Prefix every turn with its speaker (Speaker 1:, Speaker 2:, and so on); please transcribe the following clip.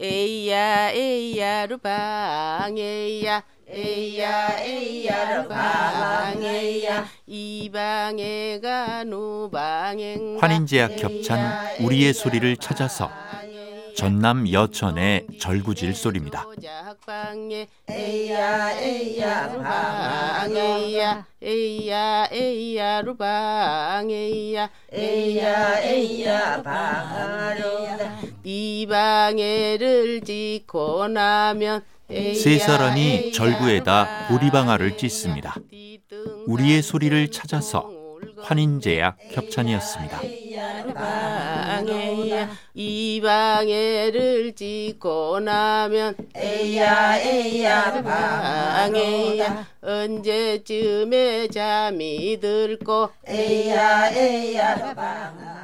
Speaker 1: 에이야 에이야 루방 에이야 에이야 에이야 루방 에이야 이방에가 노방행
Speaker 2: 환인제약 겹찬 우리의 소리를 찾아서 전남 여천의 절구질 소리입니다.
Speaker 1: 조작방에 에이야 에이야 루방 에이야 에이야 에이야 루방 에이야 에이야 에이야 방아로다 이방에를 짓고 나면
Speaker 2: 세 사람이 절구에다 보리방아를 찢습니다. 우리의 소리를 찾아서 환인제약 협찬이었습니다.
Speaker 1: 방에야 이방에를 짓고 나면
Speaker 3: 에이야 에이야 방에야
Speaker 1: 방에야 언제쯤에 잠이 들고
Speaker 3: 에이야 에이야 방